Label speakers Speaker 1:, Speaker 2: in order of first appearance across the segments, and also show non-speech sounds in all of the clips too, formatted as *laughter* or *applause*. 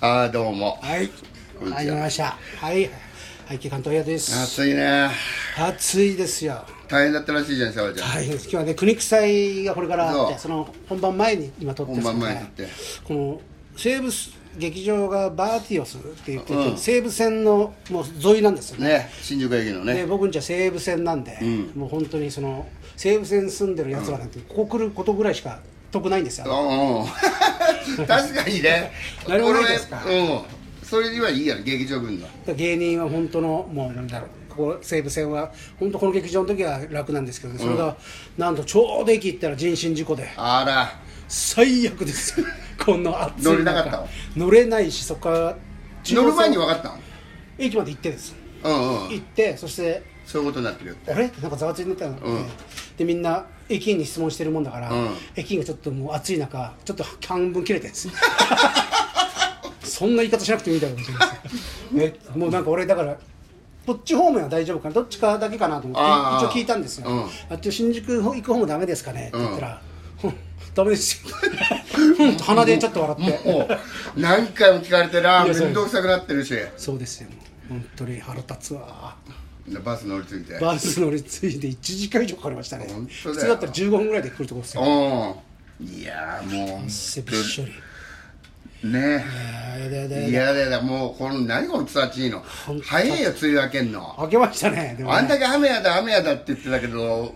Speaker 1: ああどうも
Speaker 2: はい
Speaker 1: こんにちは
Speaker 2: 入りましたはい背景監督です
Speaker 1: 暑いね
Speaker 2: 暑いですよ
Speaker 1: 大変だったらしいじゃん沙和ちゃん
Speaker 2: 大変です今日はね国祭がこれからあっ
Speaker 1: そ
Speaker 2: て
Speaker 1: う
Speaker 2: その本番前に今撮ってるん
Speaker 1: 本
Speaker 2: です
Speaker 1: 番前
Speaker 2: けど
Speaker 1: に
Speaker 2: ね
Speaker 1: 行って
Speaker 2: この西武劇場がバーティオスって言ってて、
Speaker 1: うん
Speaker 2: 西武線のもう沿いなんですよね
Speaker 1: ね新宿駅の
Speaker 2: で
Speaker 1: ね
Speaker 2: 僕んちは西武線なんで、もう本当にその西武線住んでるやつらなんて、ここ来ることぐらいしか得ないんですよ、
Speaker 1: うんうん *laughs* 確かにね
Speaker 2: 何もないですか
Speaker 1: 俺うんそれにはいいやん劇場分の
Speaker 2: 芸人は本当のもうなんだろうここ西武線は本当この劇場の時は楽なんですけどねそれが、なんとちょうど駅行ったら人身事故で
Speaker 1: あら
Speaker 2: 最悪
Speaker 1: *laughs*
Speaker 2: ですよこんな暑い中
Speaker 1: 乗れなかったの
Speaker 2: 乗れないしそこから
Speaker 1: 乗る前に分
Speaker 2: は
Speaker 1: かったの
Speaker 2: 駅まで行ってです
Speaker 1: うんう
Speaker 2: 行
Speaker 1: ん
Speaker 2: ってそして
Speaker 1: そういうことになってるよ
Speaker 2: あれってなんかざわついてたので,、
Speaker 1: うん
Speaker 2: でみんな駅員に質問してるもんだから、
Speaker 1: うん
Speaker 2: 駅員がちょっともう暑い中ちょっと半分切れてるんです *laughs* そんな言い方しなくてもいいだろうと思うんですよねもうなんか俺だからどっち方面は大丈夫かなどっちかだけかなと思
Speaker 1: あ
Speaker 2: っ
Speaker 1: ー
Speaker 2: て一応聞いたんですよ、
Speaker 1: うん
Speaker 2: あっち新宿行く方もダメですかねって言ったら、うんダメですようん鼻でちょっと笑って、
Speaker 1: もう何回も聞かれてない
Speaker 2: やそう
Speaker 1: 面倒くさくなってるし
Speaker 2: そうですよ本当に腹立つわ
Speaker 1: バス乗り継いで
Speaker 2: バス乗り継いで1時間以上かかりましたね
Speaker 1: 本当だよ
Speaker 2: 普通だったら15分ぐらいで来るところですよ
Speaker 1: うんいやーも
Speaker 2: せびっしょ
Speaker 1: う
Speaker 2: り
Speaker 1: ね
Speaker 2: あれだ
Speaker 1: い
Speaker 2: ね
Speaker 1: やだやだもうこの何このツアチーノ
Speaker 2: 本当
Speaker 1: 早いよ梅雨明けんの
Speaker 2: 開けましたねでもね
Speaker 1: あんだけ雨やだ雨やだって言ってたけども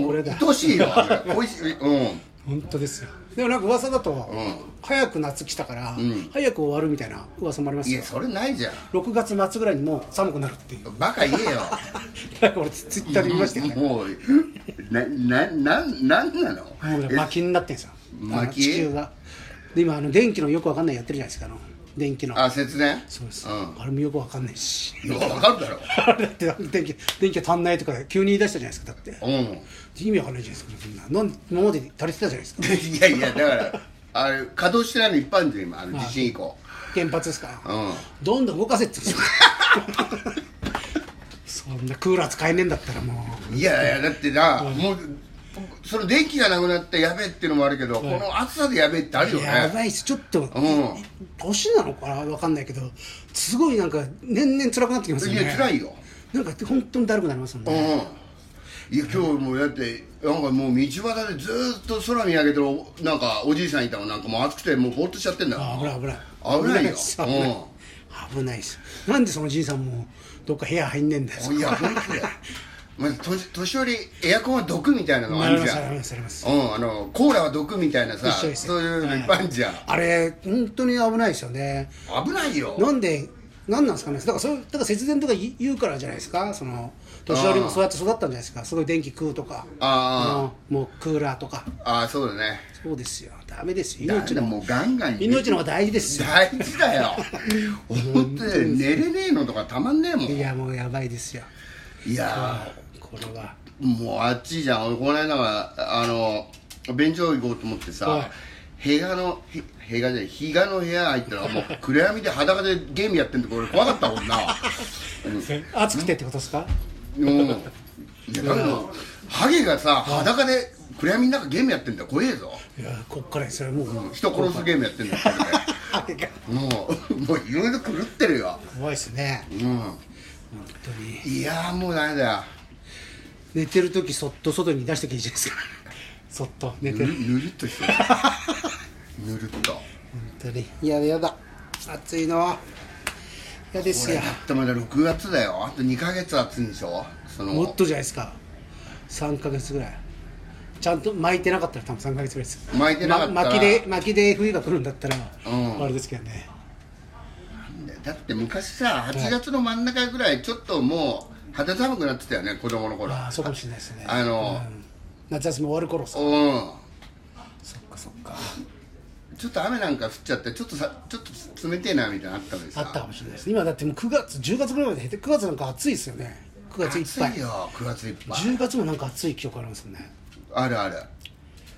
Speaker 1: う
Speaker 2: 俺だ
Speaker 1: 愛し
Speaker 2: *laughs*
Speaker 1: いよ雨おいしいうん
Speaker 2: 本当ですよでもなんか噂だと、早く夏来たから、早く終わるみたいな噂もあります
Speaker 1: い
Speaker 2: よ
Speaker 1: やそれないじゃん
Speaker 2: 6月末ぐらいにもう寒くなるっていう
Speaker 1: バカ言えよ
Speaker 2: なん *laughs* か俺ツイッターで見ましたよね
Speaker 1: もうななななんなの
Speaker 2: もうね薪になってんすよあの
Speaker 1: 薪
Speaker 2: 地球がで今あの電気のよくわかんないやってるじゃないですかあの電気の
Speaker 1: あ節電
Speaker 2: そうです、
Speaker 1: ん
Speaker 2: あれもよくわかんないし
Speaker 1: いや分かるだろ
Speaker 2: あれだって電気電気が足んないとか急に言い出したじゃないですかだって
Speaker 1: うん
Speaker 2: 意味わかんないじゃないですかそんななん今まで足りてたじゃないですか
Speaker 1: いやいやだからあれ稼働してないの一般人今あの地震以降
Speaker 2: 原発ですから、
Speaker 1: うん
Speaker 2: どんどん動かせって言うんですよ *laughs* そんなクーラー使えねえんだったらも
Speaker 1: いやいやだってなもうその電気がなくなってやべえっていうのもあるけどこの暑さでやべえってあるよ
Speaker 2: うや
Speaker 1: ね
Speaker 2: ばいっすちょっと、
Speaker 1: うん
Speaker 2: 年なのかなわかんないけどすごいなんか年々辛くなってきますよ
Speaker 1: い
Speaker 2: ね
Speaker 1: や辛いよ
Speaker 2: なんか本当にだるくなりますも
Speaker 1: うん
Speaker 2: んね、
Speaker 1: いや今日もうだってなんかもう道端でずーっと空見上げてるおなんかおじいさんいたのなんかもう暑くてもうぼーっとしちゃってんだ
Speaker 2: あ
Speaker 1: よ
Speaker 2: 危ない危
Speaker 1: 危
Speaker 2: ない
Speaker 1: ないよ
Speaker 2: っす危ない,、危ないっすなんでそのじいさんもどっか部屋入んねえんだよ
Speaker 1: いや本当だよまず年年寄りエアコンは毒みたいなのあ
Speaker 2: なり
Speaker 1: る
Speaker 2: ま
Speaker 1: じゃ
Speaker 2: すあ
Speaker 1: ん
Speaker 2: りますあります
Speaker 1: うんあのコーラは毒みたいなさ
Speaker 2: 一緒ですよ
Speaker 1: そういうのいっぱいあるじゃん、
Speaker 2: あれ本当に危ないですよね
Speaker 1: 危ないよ
Speaker 2: なんで、なんなんですかね、だからそうだから節電とか言う言うからじゃないですか、その年寄りもそうやって育ったんじゃないですか、すごい電気食うとか、
Speaker 1: あ
Speaker 2: うんもうクーラーとか、
Speaker 1: ああそうだね
Speaker 2: そうですよ、ダメですよ、
Speaker 1: だか
Speaker 2: 命
Speaker 1: ら
Speaker 2: の
Speaker 1: もうガンガン
Speaker 2: 命の方が大事ですよ、
Speaker 1: 大事だ
Speaker 2: *laughs*
Speaker 1: よ本当に寝れねえのとかたまんねえもん
Speaker 2: い
Speaker 1: いや
Speaker 2: や、もうやばいですよ、
Speaker 1: ー
Speaker 2: これは、
Speaker 1: もうあっちじゃん俺この間はあの便所行こうと思ってさ、
Speaker 2: はい
Speaker 1: 部屋のへ部屋じゃない日がの部屋入ったらもう暗闇で裸でゲームやってんとこ俺怖かったもん
Speaker 2: *laughs*
Speaker 1: な
Speaker 2: 暑くてってことですか、
Speaker 1: うんいやだけどハゲがさ裸で暗闇の中ゲームやってんだよ怖えぞ
Speaker 2: いや、こっからそれもう、
Speaker 1: 人殺すゲームやってんだよ
Speaker 2: あれが *laughs*
Speaker 1: これでもうもういろいろ狂ってるよ
Speaker 2: 怖いですね、
Speaker 1: うん
Speaker 2: 本当に、
Speaker 1: いやーもうダメだよ
Speaker 2: 寝てる時そっと外に出してきていいじゃないですか、そっと寝て
Speaker 1: ぬ
Speaker 2: る。
Speaker 1: ぬるっとしてるぬるっと
Speaker 2: 本当にいやだやだ暑いのは嫌です
Speaker 1: 俺
Speaker 2: よ
Speaker 1: だってまだ6月だよあと2ヶ月暑いんでしょその
Speaker 2: もっとじゃないですか3ヶ月ぐらいちゃんと巻いてなかったら多分3ヶ月ぐらいです
Speaker 1: 巻いてなかったら
Speaker 2: ま巻きで巻きで冬が来るんだったら、
Speaker 1: うん
Speaker 2: あれですけどね
Speaker 1: だって昔さ8月の真ん中ぐらいちょっともう肌寒くなってたよね子供の頃
Speaker 2: ああそうかもしれないですね
Speaker 1: あの
Speaker 2: うん夏休み終わる頃さ
Speaker 1: う
Speaker 2: そっかそっか
Speaker 1: んちょっと雨なんか降っちゃってちょっとさちょっと冷てえなみたいなのあったのに
Speaker 2: あ
Speaker 1: さ
Speaker 2: ったかもしれないです今だってもう9月10月ぐらいまで減って9月なんか暑いですよね9月いっぱ
Speaker 1: 暑い
Speaker 2: い
Speaker 1: よ9月いっぱい
Speaker 2: 10月もなんか暑い記憶ありますよね
Speaker 1: あるある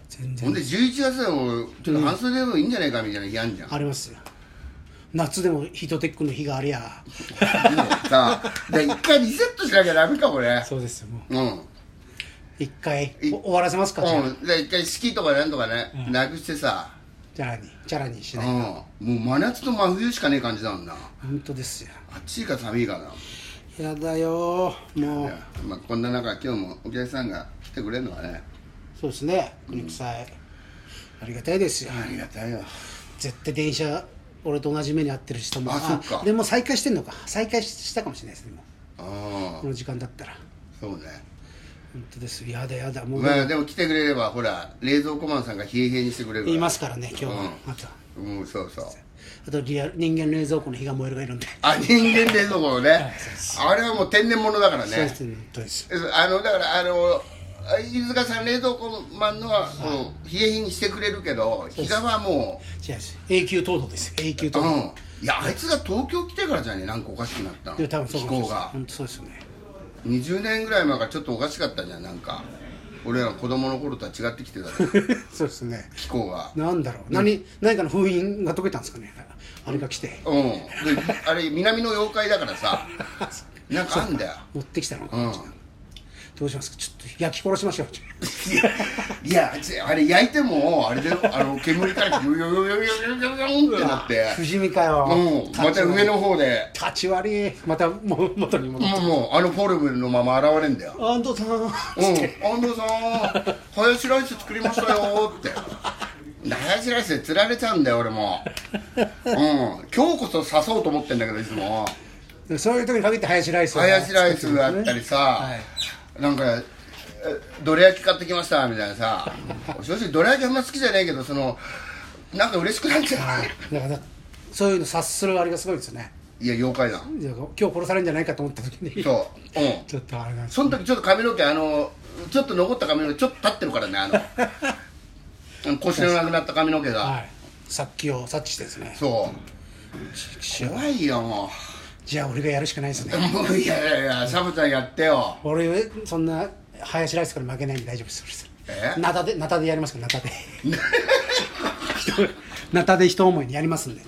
Speaker 2: 全
Speaker 1: ほん
Speaker 2: 然
Speaker 1: で11月でもちょっと半袖でもいいんじゃないかみたいな日あん
Speaker 2: *laughs*
Speaker 1: じゃん
Speaker 2: ありますよ夏でもヒートテックの日がありゃ
Speaker 1: いいよさあで一回リセットしなきゃダメかこれ
Speaker 2: そうですよもう
Speaker 1: うん
Speaker 2: 一回
Speaker 1: い
Speaker 2: お終わらせますかじゃあ
Speaker 1: うん、で一回式とかなんとかね、なくしてさ
Speaker 2: チャラにチャラにし
Speaker 1: うん
Speaker 2: ない
Speaker 1: もう真夏と真冬しかねえ感じだもんな
Speaker 2: 本当ですよ
Speaker 1: 暑いか寒いかな
Speaker 2: やだよも
Speaker 1: いうやまあ、こんな中今日もお客さんが来てくれるのはね
Speaker 2: そうですね国臭い、ありがたいですよ、
Speaker 1: ありがたいよ
Speaker 2: 絶対電車俺と同じ目に遭ってる人も
Speaker 1: あそっか
Speaker 2: でも再開してんのか再開したかもしれないですねもう
Speaker 1: ああ
Speaker 2: この時間だったら
Speaker 1: そうね
Speaker 2: 本当ですよやだやだもう、
Speaker 1: まあでも来てくれればほら冷蔵庫マンさんが冷え冷えにしてくれる
Speaker 2: 言いますすからね今日は、
Speaker 1: うん
Speaker 2: あと
Speaker 1: うんそうそう
Speaker 2: あとリアル人間冷蔵庫の火が燃えるがいるんで、
Speaker 1: あ人間冷蔵庫のねあれはもう天然物だから
Speaker 2: そうで
Speaker 1: ね
Speaker 2: すね本当です
Speaker 1: あのだからあの飯塚さん冷蔵庫マンのはこう冷え冷えにしてくれるけど膝はも
Speaker 2: 違うです永久凍土ですよ永久
Speaker 1: う
Speaker 2: 凍
Speaker 1: う
Speaker 2: 土、
Speaker 1: んいやあいつが東京来てからじゃねなんかおかしくなったの
Speaker 2: でも多分そう
Speaker 1: 気
Speaker 2: かもしれ
Speaker 1: 候
Speaker 2: ない
Speaker 1: が
Speaker 2: 本当そうですよね *laughs*
Speaker 1: 20年ぐらい前からちょっとおかしかったじゃんなんか俺ら子供の頃とは違ってきてたじゃん
Speaker 2: そうですね
Speaker 1: 気候が
Speaker 2: なんだろう、何何かの封印が解けたんですかねあれが来て
Speaker 1: うんであれ南の妖怪だからさなんかあんだよ
Speaker 2: 持ってきたのか、
Speaker 1: うん
Speaker 2: どうしますかちょっと焼き殺しましょう
Speaker 1: いやあれ焼いてもあれであの煙からヨヨヨヨヨヨヨヨンってなって
Speaker 2: 不死身かよ、
Speaker 1: うんまた上の方で
Speaker 2: 立ち割りまたもう元に戻って、
Speaker 1: もうもうあのフォルムのまま現れんだよ
Speaker 2: 安藤さん
Speaker 1: うん、安藤さん、ハヤシライス作りましたよーって。ハヤシライスで釣られちゃうんだよ、俺も。うん、今日こそ刺そうと思ってんだけど、いつも。
Speaker 2: そういう時に限ってハヤシライスを
Speaker 1: ハヤシライスがあったりさ、なんか、えどら焼き買ってきましたみたいなさ、正直、どら焼きあんま好きじゃないけど、その、なんか嬉しくなっちゃ
Speaker 2: だからそういうの察するあれがすごいですよね
Speaker 1: う。いや、妖怪だ。
Speaker 2: いや今日殺されるんじゃないかと思った時に
Speaker 1: そう、うん。
Speaker 2: ちょっとあれなんです
Speaker 1: その時ちょっと髪の毛あのちょっと残った髪の毛ちょっと立ってるからねあのあ *laughs* の腰のなくなった髪の毛が、
Speaker 2: はい殺気を察知してですね
Speaker 1: そう怖いよも
Speaker 2: じゃあ俺がやるしかないですね
Speaker 1: うもういやいやいやサブちゃんやってよ
Speaker 2: 俺そんなハヤシライスから負けないんで大丈夫です
Speaker 1: え
Speaker 2: ナタでナタでやりますからナタで *laughs* 人ナタで一思いにやりますんで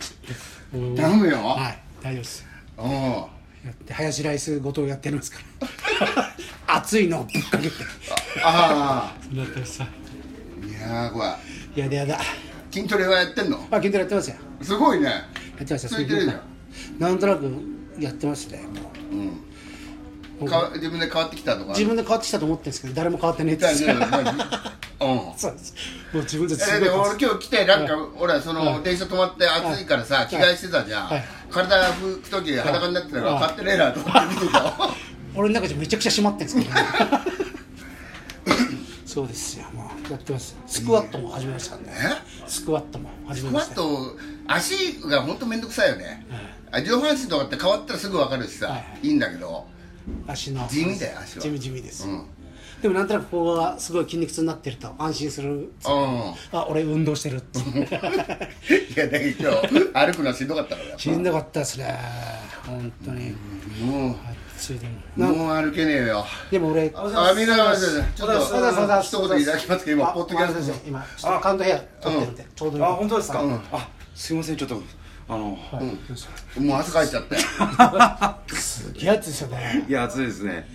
Speaker 1: 頼むよ、
Speaker 2: はい大丈夫です
Speaker 1: うん
Speaker 2: やってハヤシライスごとやってるんですから *laughs* 熱いのをぶっかけて
Speaker 1: ああ
Speaker 2: なってさ
Speaker 1: いやーこれ
Speaker 2: やだやだ
Speaker 1: 筋トレはやってんの
Speaker 2: あ筋トレやってますよ
Speaker 1: すごいね
Speaker 2: やってますよ
Speaker 1: 続いてるじゃん
Speaker 2: なんとなくやってますねも
Speaker 1: う
Speaker 2: う
Speaker 1: んか自分で変わってきたとか
Speaker 2: 自分で変わってきたと思ってるんですけど誰も変わってねえって
Speaker 1: だよねうん
Speaker 2: *laughs* そうですもう自分です
Speaker 1: え
Speaker 2: ご
Speaker 1: で
Speaker 2: い
Speaker 1: も
Speaker 2: は
Speaker 1: 俺今日来てなんか俺はその電車止まって暑いからさ着替えしてたじゃん
Speaker 2: はい
Speaker 1: 体拭く時裸になってたから
Speaker 2: はい
Speaker 1: 買ってねえなと思って見てたよ
Speaker 2: 俺の中じゃめちゃくちゃ締まってるんですけど、 *laughs* そうですよもうやってますスクワットも始めましたからね
Speaker 1: え
Speaker 2: スクワットも始め
Speaker 1: ふ
Speaker 2: ま
Speaker 1: わ
Speaker 2: し
Speaker 1: ったと足が本当面倒くさいよねあ上半身とかって変わったらすぐ分かるし
Speaker 2: は
Speaker 1: さ
Speaker 2: いはい
Speaker 1: いんだけど
Speaker 2: 足の
Speaker 1: 地味だよ足は
Speaker 2: 地味地味です、
Speaker 1: うん
Speaker 2: でもなんとなくここがすごい筋肉痛になってると安心する
Speaker 1: うん
Speaker 2: あ俺運動して *laughs* るって
Speaker 1: いやだけど今日歩くのしんどかったからやっ
Speaker 2: しんどかったですね本当に
Speaker 1: ぱも
Speaker 2: 暑いでも
Speaker 1: う
Speaker 2: な
Speaker 1: もう歩けねえよ
Speaker 2: でも俺
Speaker 1: あみんなちょっ
Speaker 3: おはようござ
Speaker 1: と
Speaker 3: い
Speaker 1: 一言いただきますけど今
Speaker 2: あ
Speaker 1: ポッドキャスト
Speaker 2: 先生今ちょっとカウントヘア取ってるんで、ちょうどいい
Speaker 3: あ本当ですか、
Speaker 1: うん
Speaker 3: あすいませんちょっとあの、
Speaker 2: はい
Speaker 1: もう汗かいちゃって
Speaker 2: すげえ暑いですよね
Speaker 3: いや暑いですね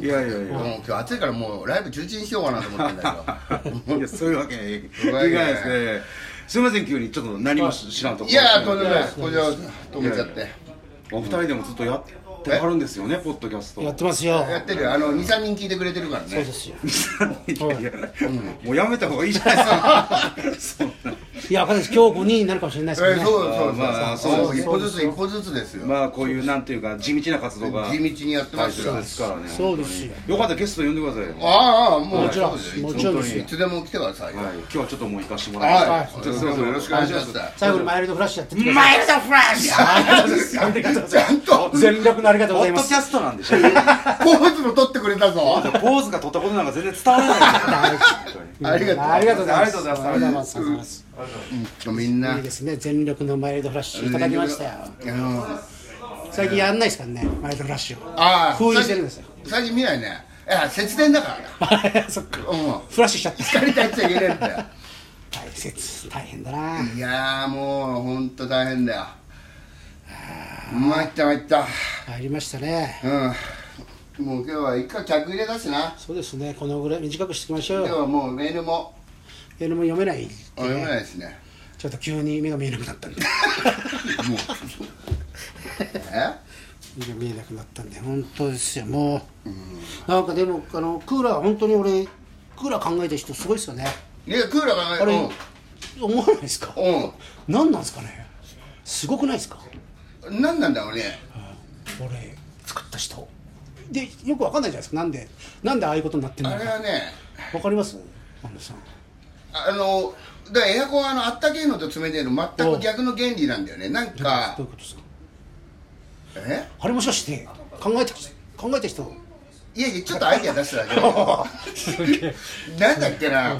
Speaker 3: いやいやい
Speaker 1: もう
Speaker 3: や
Speaker 1: 今日暑いからもうライブ中止にしようかなと思ってんだけど
Speaker 3: いやそういうわけにはい
Speaker 1: そういうわけにはい
Speaker 3: かないですねすいません急にちょっと何も知らんとこ
Speaker 1: いやー、とんでもないです。こちらこそ止めちゃって。
Speaker 3: お二人でもずっとやってはるんですよねポッドキャスト
Speaker 2: やってますよ
Speaker 1: やってるよ。あの、2、3人聞いてくれてるから
Speaker 2: そう
Speaker 1: ね
Speaker 2: で。すよ
Speaker 3: いやいやもうやめた方がいいじゃないですかそんない
Speaker 2: やわかんないです今日5人になるかもしれない
Speaker 1: え
Speaker 2: ですけど
Speaker 1: ー
Speaker 2: ね
Speaker 1: そうそう
Speaker 3: まあ
Speaker 1: そうそう。
Speaker 2: そう
Speaker 1: 一歩ずつ、一歩ずつですよ。
Speaker 3: まあこういうなんていうか地道な活動が
Speaker 1: 地道にやってま
Speaker 3: 大
Speaker 1: す
Speaker 3: 切
Speaker 1: よ
Speaker 3: で。すからね
Speaker 2: そうですよ
Speaker 3: よかったらゲスト呼んでくださいよ
Speaker 1: ああ、も
Speaker 2: も
Speaker 1: う、
Speaker 2: ち
Speaker 1: そ
Speaker 2: ろ
Speaker 1: うんですよ
Speaker 2: も
Speaker 1: い
Speaker 2: ちろんです
Speaker 1: つい
Speaker 2: よ
Speaker 1: つでも来てくださいよ。
Speaker 3: はい今日はちょっともう行かしてもらいま
Speaker 1: は
Speaker 3: す
Speaker 1: い。
Speaker 3: ち
Speaker 1: そう
Speaker 3: ょっと
Speaker 1: そ
Speaker 3: すいうません
Speaker 1: よろしくお願いします。
Speaker 2: 最後にマイルドフラッシュやってきてくだ
Speaker 3: マイルドフラッシュ
Speaker 2: さいありがとうございます全力のありがとう
Speaker 3: ポ
Speaker 2: ござい
Speaker 3: ッ
Speaker 2: ま
Speaker 3: ド
Speaker 2: す
Speaker 3: キャストなんでしょポ
Speaker 1: ポーズも撮ってくれたぞ。
Speaker 3: ーズが取ったことなんか全然伝わら *laughs* ないですよ本
Speaker 1: ありがとう。
Speaker 2: ありがとうございます
Speaker 3: ありがとうご
Speaker 2: ありがとうございます
Speaker 1: うんみんな。
Speaker 2: いいですね全力のマイルドフラッシュいただきましたよ
Speaker 1: うん
Speaker 2: 最近やんないですからねマイルドフラッシュを
Speaker 1: ああ、
Speaker 2: 封印してるんですよ
Speaker 1: 最近。最近見ないね。いや、節電だからな。
Speaker 2: *laughs* そっか
Speaker 1: うん。
Speaker 2: フラッシュしちゃった
Speaker 1: 光りたいっちゃいけないんだよ。
Speaker 2: 大切大変だない
Speaker 1: やーもう本当大変だよ参った参った
Speaker 2: 入りましたね
Speaker 1: うんもう今日は一回客入れだしな
Speaker 2: そうですねこのぐらい短くしていきまし
Speaker 1: 今
Speaker 2: ょ
Speaker 1: 日
Speaker 2: う
Speaker 1: はもうメールも
Speaker 2: メールも読めない
Speaker 1: 読めないですね
Speaker 2: ちちょっと急に目が見えなくなったんで
Speaker 1: もうえ
Speaker 2: 目が見えなくなったんで本当ですよもう、なんかでもあのクーラーは本当に俺クーラー考えた人すごいですよね
Speaker 1: いやクーラーが
Speaker 2: あ
Speaker 1: な
Speaker 2: れ、
Speaker 1: い
Speaker 2: 思わないですか
Speaker 1: う
Speaker 2: 何なんですかねすごくないですか
Speaker 1: ん、うん、何なんだろうね
Speaker 2: 俺作った人でよくわかんないじゃないですかなんでなんでああいうことになってんの
Speaker 1: あれは
Speaker 2: か
Speaker 1: ね
Speaker 2: わかります安野さん
Speaker 1: あのだからエアコンはあのあったけえのと冷てえの全く逆の原理なんだよねなんか
Speaker 2: どういうことですか
Speaker 1: え
Speaker 2: あれもしかして考えた人考えた人
Speaker 1: いやいやちょっとアイデア出しただけだ
Speaker 2: *laughs*
Speaker 1: よ *laughs* なんだっけな、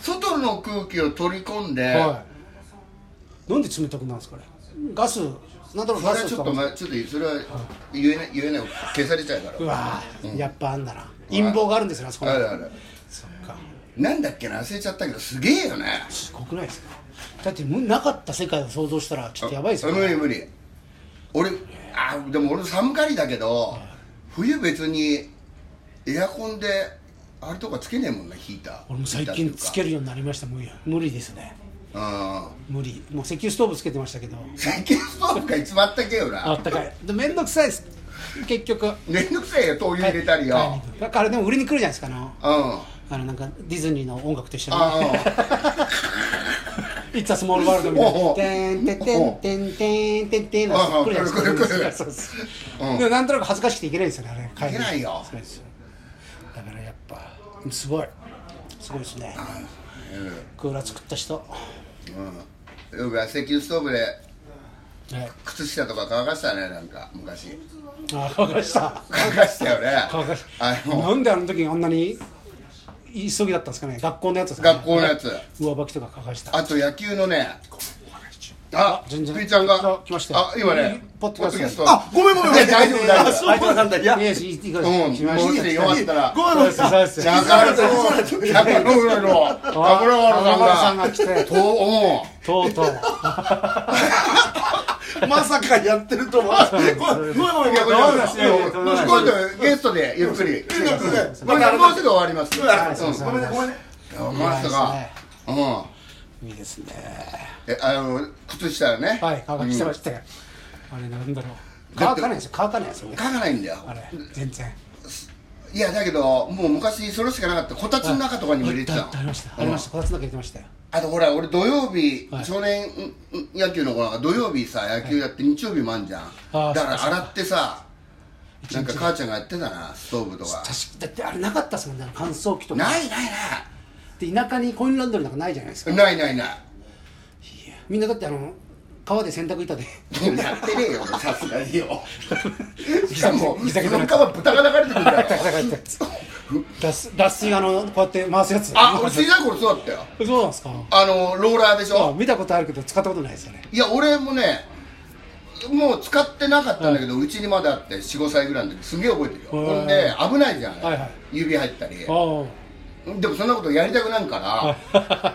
Speaker 1: 外の空気を取り込んで、
Speaker 2: はいなんで冷たくなるんですかねガスなんだろ
Speaker 1: これ
Speaker 2: うガ
Speaker 1: は
Speaker 2: ス
Speaker 1: ちょ
Speaker 2: と
Speaker 1: っ
Speaker 2: か
Speaker 1: と、
Speaker 2: も
Speaker 1: ま、ちょっとそれは言えない言えない消されちゃうから
Speaker 2: うわーやっぱあんだな陰謀があるんですよねあそこに
Speaker 1: あるある
Speaker 2: そっか
Speaker 1: なんだっけな忘れちゃったけどすげえよね
Speaker 2: すごくないですかだってむなかった世界を想像したらちょっとやばいですよ
Speaker 1: 無理
Speaker 2: ね
Speaker 1: 無理俺あでも俺寒がりだけど冬別にエアコンであれとかつけねえもんなヒーター
Speaker 2: 俺も最近つけ
Speaker 1: る
Speaker 2: るようになりましたもういや無理ですね
Speaker 1: うん
Speaker 2: 無理もう石油ストーブつけてましたけど
Speaker 1: 最近ストーブが一番あったけよ
Speaker 2: あ
Speaker 1: な
Speaker 2: ったかいでめんどくさいです結局
Speaker 1: めんどくせえよ灯油入れたりよ、
Speaker 2: だからでも売りに来るじゃないですかあの
Speaker 1: うん
Speaker 2: あのなんかディズニーの音楽と一緒に
Speaker 1: あ
Speaker 2: 「It's a small
Speaker 1: *laughs*
Speaker 2: world」みたい
Speaker 1: おうお
Speaker 2: な「
Speaker 1: う
Speaker 2: てんてんてんてんてんてんてん」の
Speaker 1: おうおう
Speaker 2: 来るじゃないです
Speaker 1: 来る来る来
Speaker 2: か
Speaker 1: る
Speaker 2: そうそう
Speaker 1: うん
Speaker 2: でもなんとなく恥ずかしくていけないんですよねあれ
Speaker 1: いけないよ
Speaker 2: そうですよだからやっぱすごいすごいですねクーラー作った人は
Speaker 1: うんよくは石油ストーブで
Speaker 2: い
Speaker 1: 靴下とか乾かしたねなんか昔
Speaker 2: あ乾かした
Speaker 1: 乾かしたよね
Speaker 2: 乾かし
Speaker 1: あ
Speaker 2: な
Speaker 1: の
Speaker 2: んであの時にあんなに急ぎだったんですかね学校のやつですかね
Speaker 1: 学校のやつ
Speaker 2: 上履きとか乾かした
Speaker 1: あと野球のねあ、
Speaker 2: 全然
Speaker 1: ピーちゃんが
Speaker 2: 来ましたよ
Speaker 1: あ、今ね
Speaker 2: ポッドキャスト
Speaker 1: あ、ごめんごめんごめん大丈夫大丈夫
Speaker 2: 相手なんだいやいやいいいいか
Speaker 1: うん、
Speaker 2: 来まし
Speaker 1: もう
Speaker 2: た
Speaker 1: すでよかったら
Speaker 3: ごめんなさい
Speaker 2: そうですそうです
Speaker 1: 中野の中野の裏の中村
Speaker 2: 中村
Speaker 1: 原
Speaker 2: さ
Speaker 1: さ
Speaker 2: ん
Speaker 1: ん
Speaker 2: が
Speaker 1: が
Speaker 2: 来て
Speaker 1: と、おう
Speaker 2: とうとう
Speaker 3: まさかやってると *laughs* は。ごめんごめんごめん
Speaker 1: いやこれ
Speaker 3: ごめんな
Speaker 1: は
Speaker 3: さい。
Speaker 2: やいや
Speaker 1: うん今度ゲストでゆっくり
Speaker 3: ごめんなさい
Speaker 1: これもうすぐ終わります
Speaker 3: はい
Speaker 2: そうそう
Speaker 1: う
Speaker 3: ごめんねごめんね。
Speaker 1: んマスターがうん
Speaker 2: いいですね
Speaker 1: え、あの靴下ね
Speaker 2: はい乾かしてま
Speaker 1: し
Speaker 2: したよあれなんだろう乾かないですよ乾かないですよね
Speaker 1: 書かないんだよ
Speaker 2: あれ全然
Speaker 1: いやだけどもう昔それしかなかったこたつの中とかにも入れてたの
Speaker 2: ありましたありましたこたつの中入れてましたよ
Speaker 1: あとほら俺土曜日、
Speaker 2: はい
Speaker 1: 少年んん野球の子なんか土曜日さ野球やって日曜日もあんじゃん、
Speaker 2: あ
Speaker 1: だか
Speaker 2: ーそっか
Speaker 1: ら
Speaker 2: そっか
Speaker 1: 洗ってさなんか母ちゃんがやってたなストーブとか
Speaker 2: 確かだってあれなかったですもんね乾燥機とか
Speaker 1: ないない
Speaker 2: で田舎にコインランドリーなんかないじゃないですか
Speaker 1: ないないないない
Speaker 2: みんなだってあの川で洗濯板で
Speaker 1: やってねえよさすがによ
Speaker 2: *laughs*
Speaker 1: しかも
Speaker 2: ギザギザ
Speaker 1: その皮豚が流れてくるから
Speaker 2: *laughs* 脱脱水あのこうやって回すやつ
Speaker 1: あ俺小さい頃そうだったよ
Speaker 2: そうなんですか
Speaker 1: あのローラーでし
Speaker 2: あ
Speaker 1: ょ
Speaker 2: 見たことあるけど使ったことないですよね
Speaker 1: いや俺もねもう使ってなかったんだけどうち、にまだあって45歳ぐらいの時すげえ覚えてるよ
Speaker 2: へ
Speaker 1: ほ
Speaker 2: ー
Speaker 1: んで危ないじゃん、
Speaker 2: はいはい
Speaker 1: 指入ったり
Speaker 2: あ
Speaker 1: でもそんなことやりたくなんから、
Speaker 2: あ *laughs*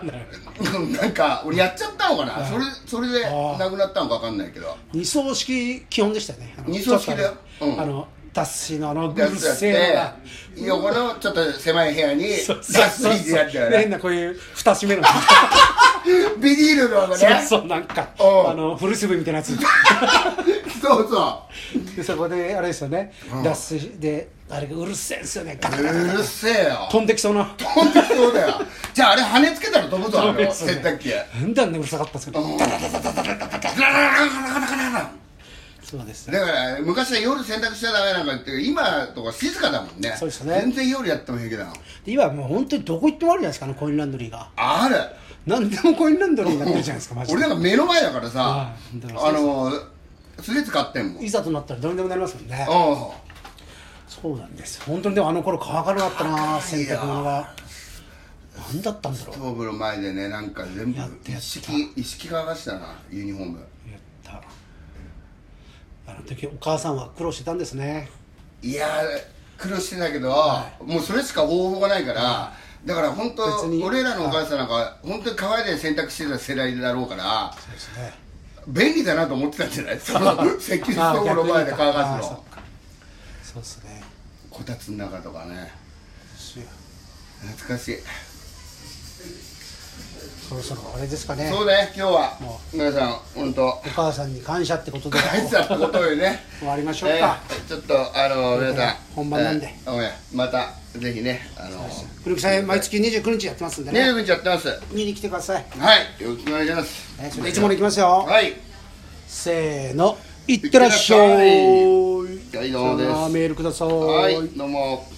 Speaker 1: なんか俺やっちゃったのかな、それそれで
Speaker 2: あー
Speaker 1: なくなったのかわかんないけど
Speaker 2: 二層式基本でしたよねあの
Speaker 1: 二層式だよ
Speaker 2: ちょっと
Speaker 1: うん
Speaker 2: あのあの脱水のあのう
Speaker 1: でや
Speaker 2: る
Speaker 1: つやっ
Speaker 2: せえのが
Speaker 1: て横のちょっと狭い部屋に
Speaker 2: そう
Speaker 1: 脱
Speaker 2: そうそう
Speaker 1: 衣でやったよ
Speaker 2: 変
Speaker 1: ね
Speaker 2: なこういう蓋閉め
Speaker 1: *laughs*
Speaker 2: の
Speaker 1: ビニールのね
Speaker 2: そうそうなんか
Speaker 1: うん
Speaker 2: あのフルスブみたいなやつ
Speaker 1: そうそ
Speaker 2: でそこであれですよね脱水であれがうるせえんですよねガタ
Speaker 1: う
Speaker 2: ガタ
Speaker 1: うるせえよ
Speaker 2: 飛んできそうな
Speaker 1: 本当にそうだよじゃああれ羽根つけたら飛ぶぞあ
Speaker 2: 飛ぶ
Speaker 1: の
Speaker 2: やつね
Speaker 1: 洗濯機
Speaker 2: なんであんなうるさかったんですかねそうですね
Speaker 1: だから昔は夜洗濯しちゃダメなんか言ってるけど今とか静かだもんね
Speaker 2: そうですね
Speaker 1: 全然夜やっても平気だもん
Speaker 2: で今はもう本当にどこ行ってもあるじゃないですかあのコインランドリーが
Speaker 1: ある
Speaker 2: 何でもコインランドリーになってるじゃないですかマジ
Speaker 1: 俺
Speaker 2: で
Speaker 1: なんか目の前だからさ
Speaker 2: はいだから
Speaker 1: あのすげえ使ってんもん
Speaker 2: いざとなったらどうにでもなりますもんね
Speaker 1: あ
Speaker 2: そうなんです本当にでもあの頃乾かなかったな洗
Speaker 1: 乾かないよ
Speaker 2: 濯物が何だったんだろ
Speaker 1: ストーブの前でねなんか全部
Speaker 2: やってや
Speaker 1: 一
Speaker 2: って
Speaker 1: 式一式ががしたなユニフォーム
Speaker 2: うやったあの時お母さんは苦労してたんですね
Speaker 1: いやー苦労してたけど、もうそれしか方法がないから、だから本当
Speaker 2: 別に
Speaker 1: 俺らのお母さんなんか本当に川で洗濯してた世代だろうから
Speaker 2: そうですね
Speaker 1: 便利だなと思ってたんじゃない
Speaker 2: *laughs*
Speaker 1: その石油ストーブの前で乾かす
Speaker 2: あー逆にあ
Speaker 1: の
Speaker 2: ーそっかそうですね
Speaker 1: こたつの中とかね懐かしい
Speaker 2: そろそろあれですかね
Speaker 1: そうね今日は
Speaker 2: も
Speaker 1: 皆さん本当 *laughs*
Speaker 2: お母さんに感謝ってことで
Speaker 1: あいつらってことよね
Speaker 2: 終わりましょうか
Speaker 1: えーちょっとあの皆さん
Speaker 2: 本番なんで
Speaker 1: えーごめんまたぜひねあの
Speaker 2: 古木さん毎月29日やってますんでね
Speaker 1: ねえちやってますは
Speaker 2: 見に来てください、
Speaker 1: いよろしくお願いします
Speaker 2: ねそれでいつものいきますよ
Speaker 1: はい
Speaker 2: せーのいってらっしゃい
Speaker 1: はいどうもです
Speaker 2: さよならメールください
Speaker 1: はいどうも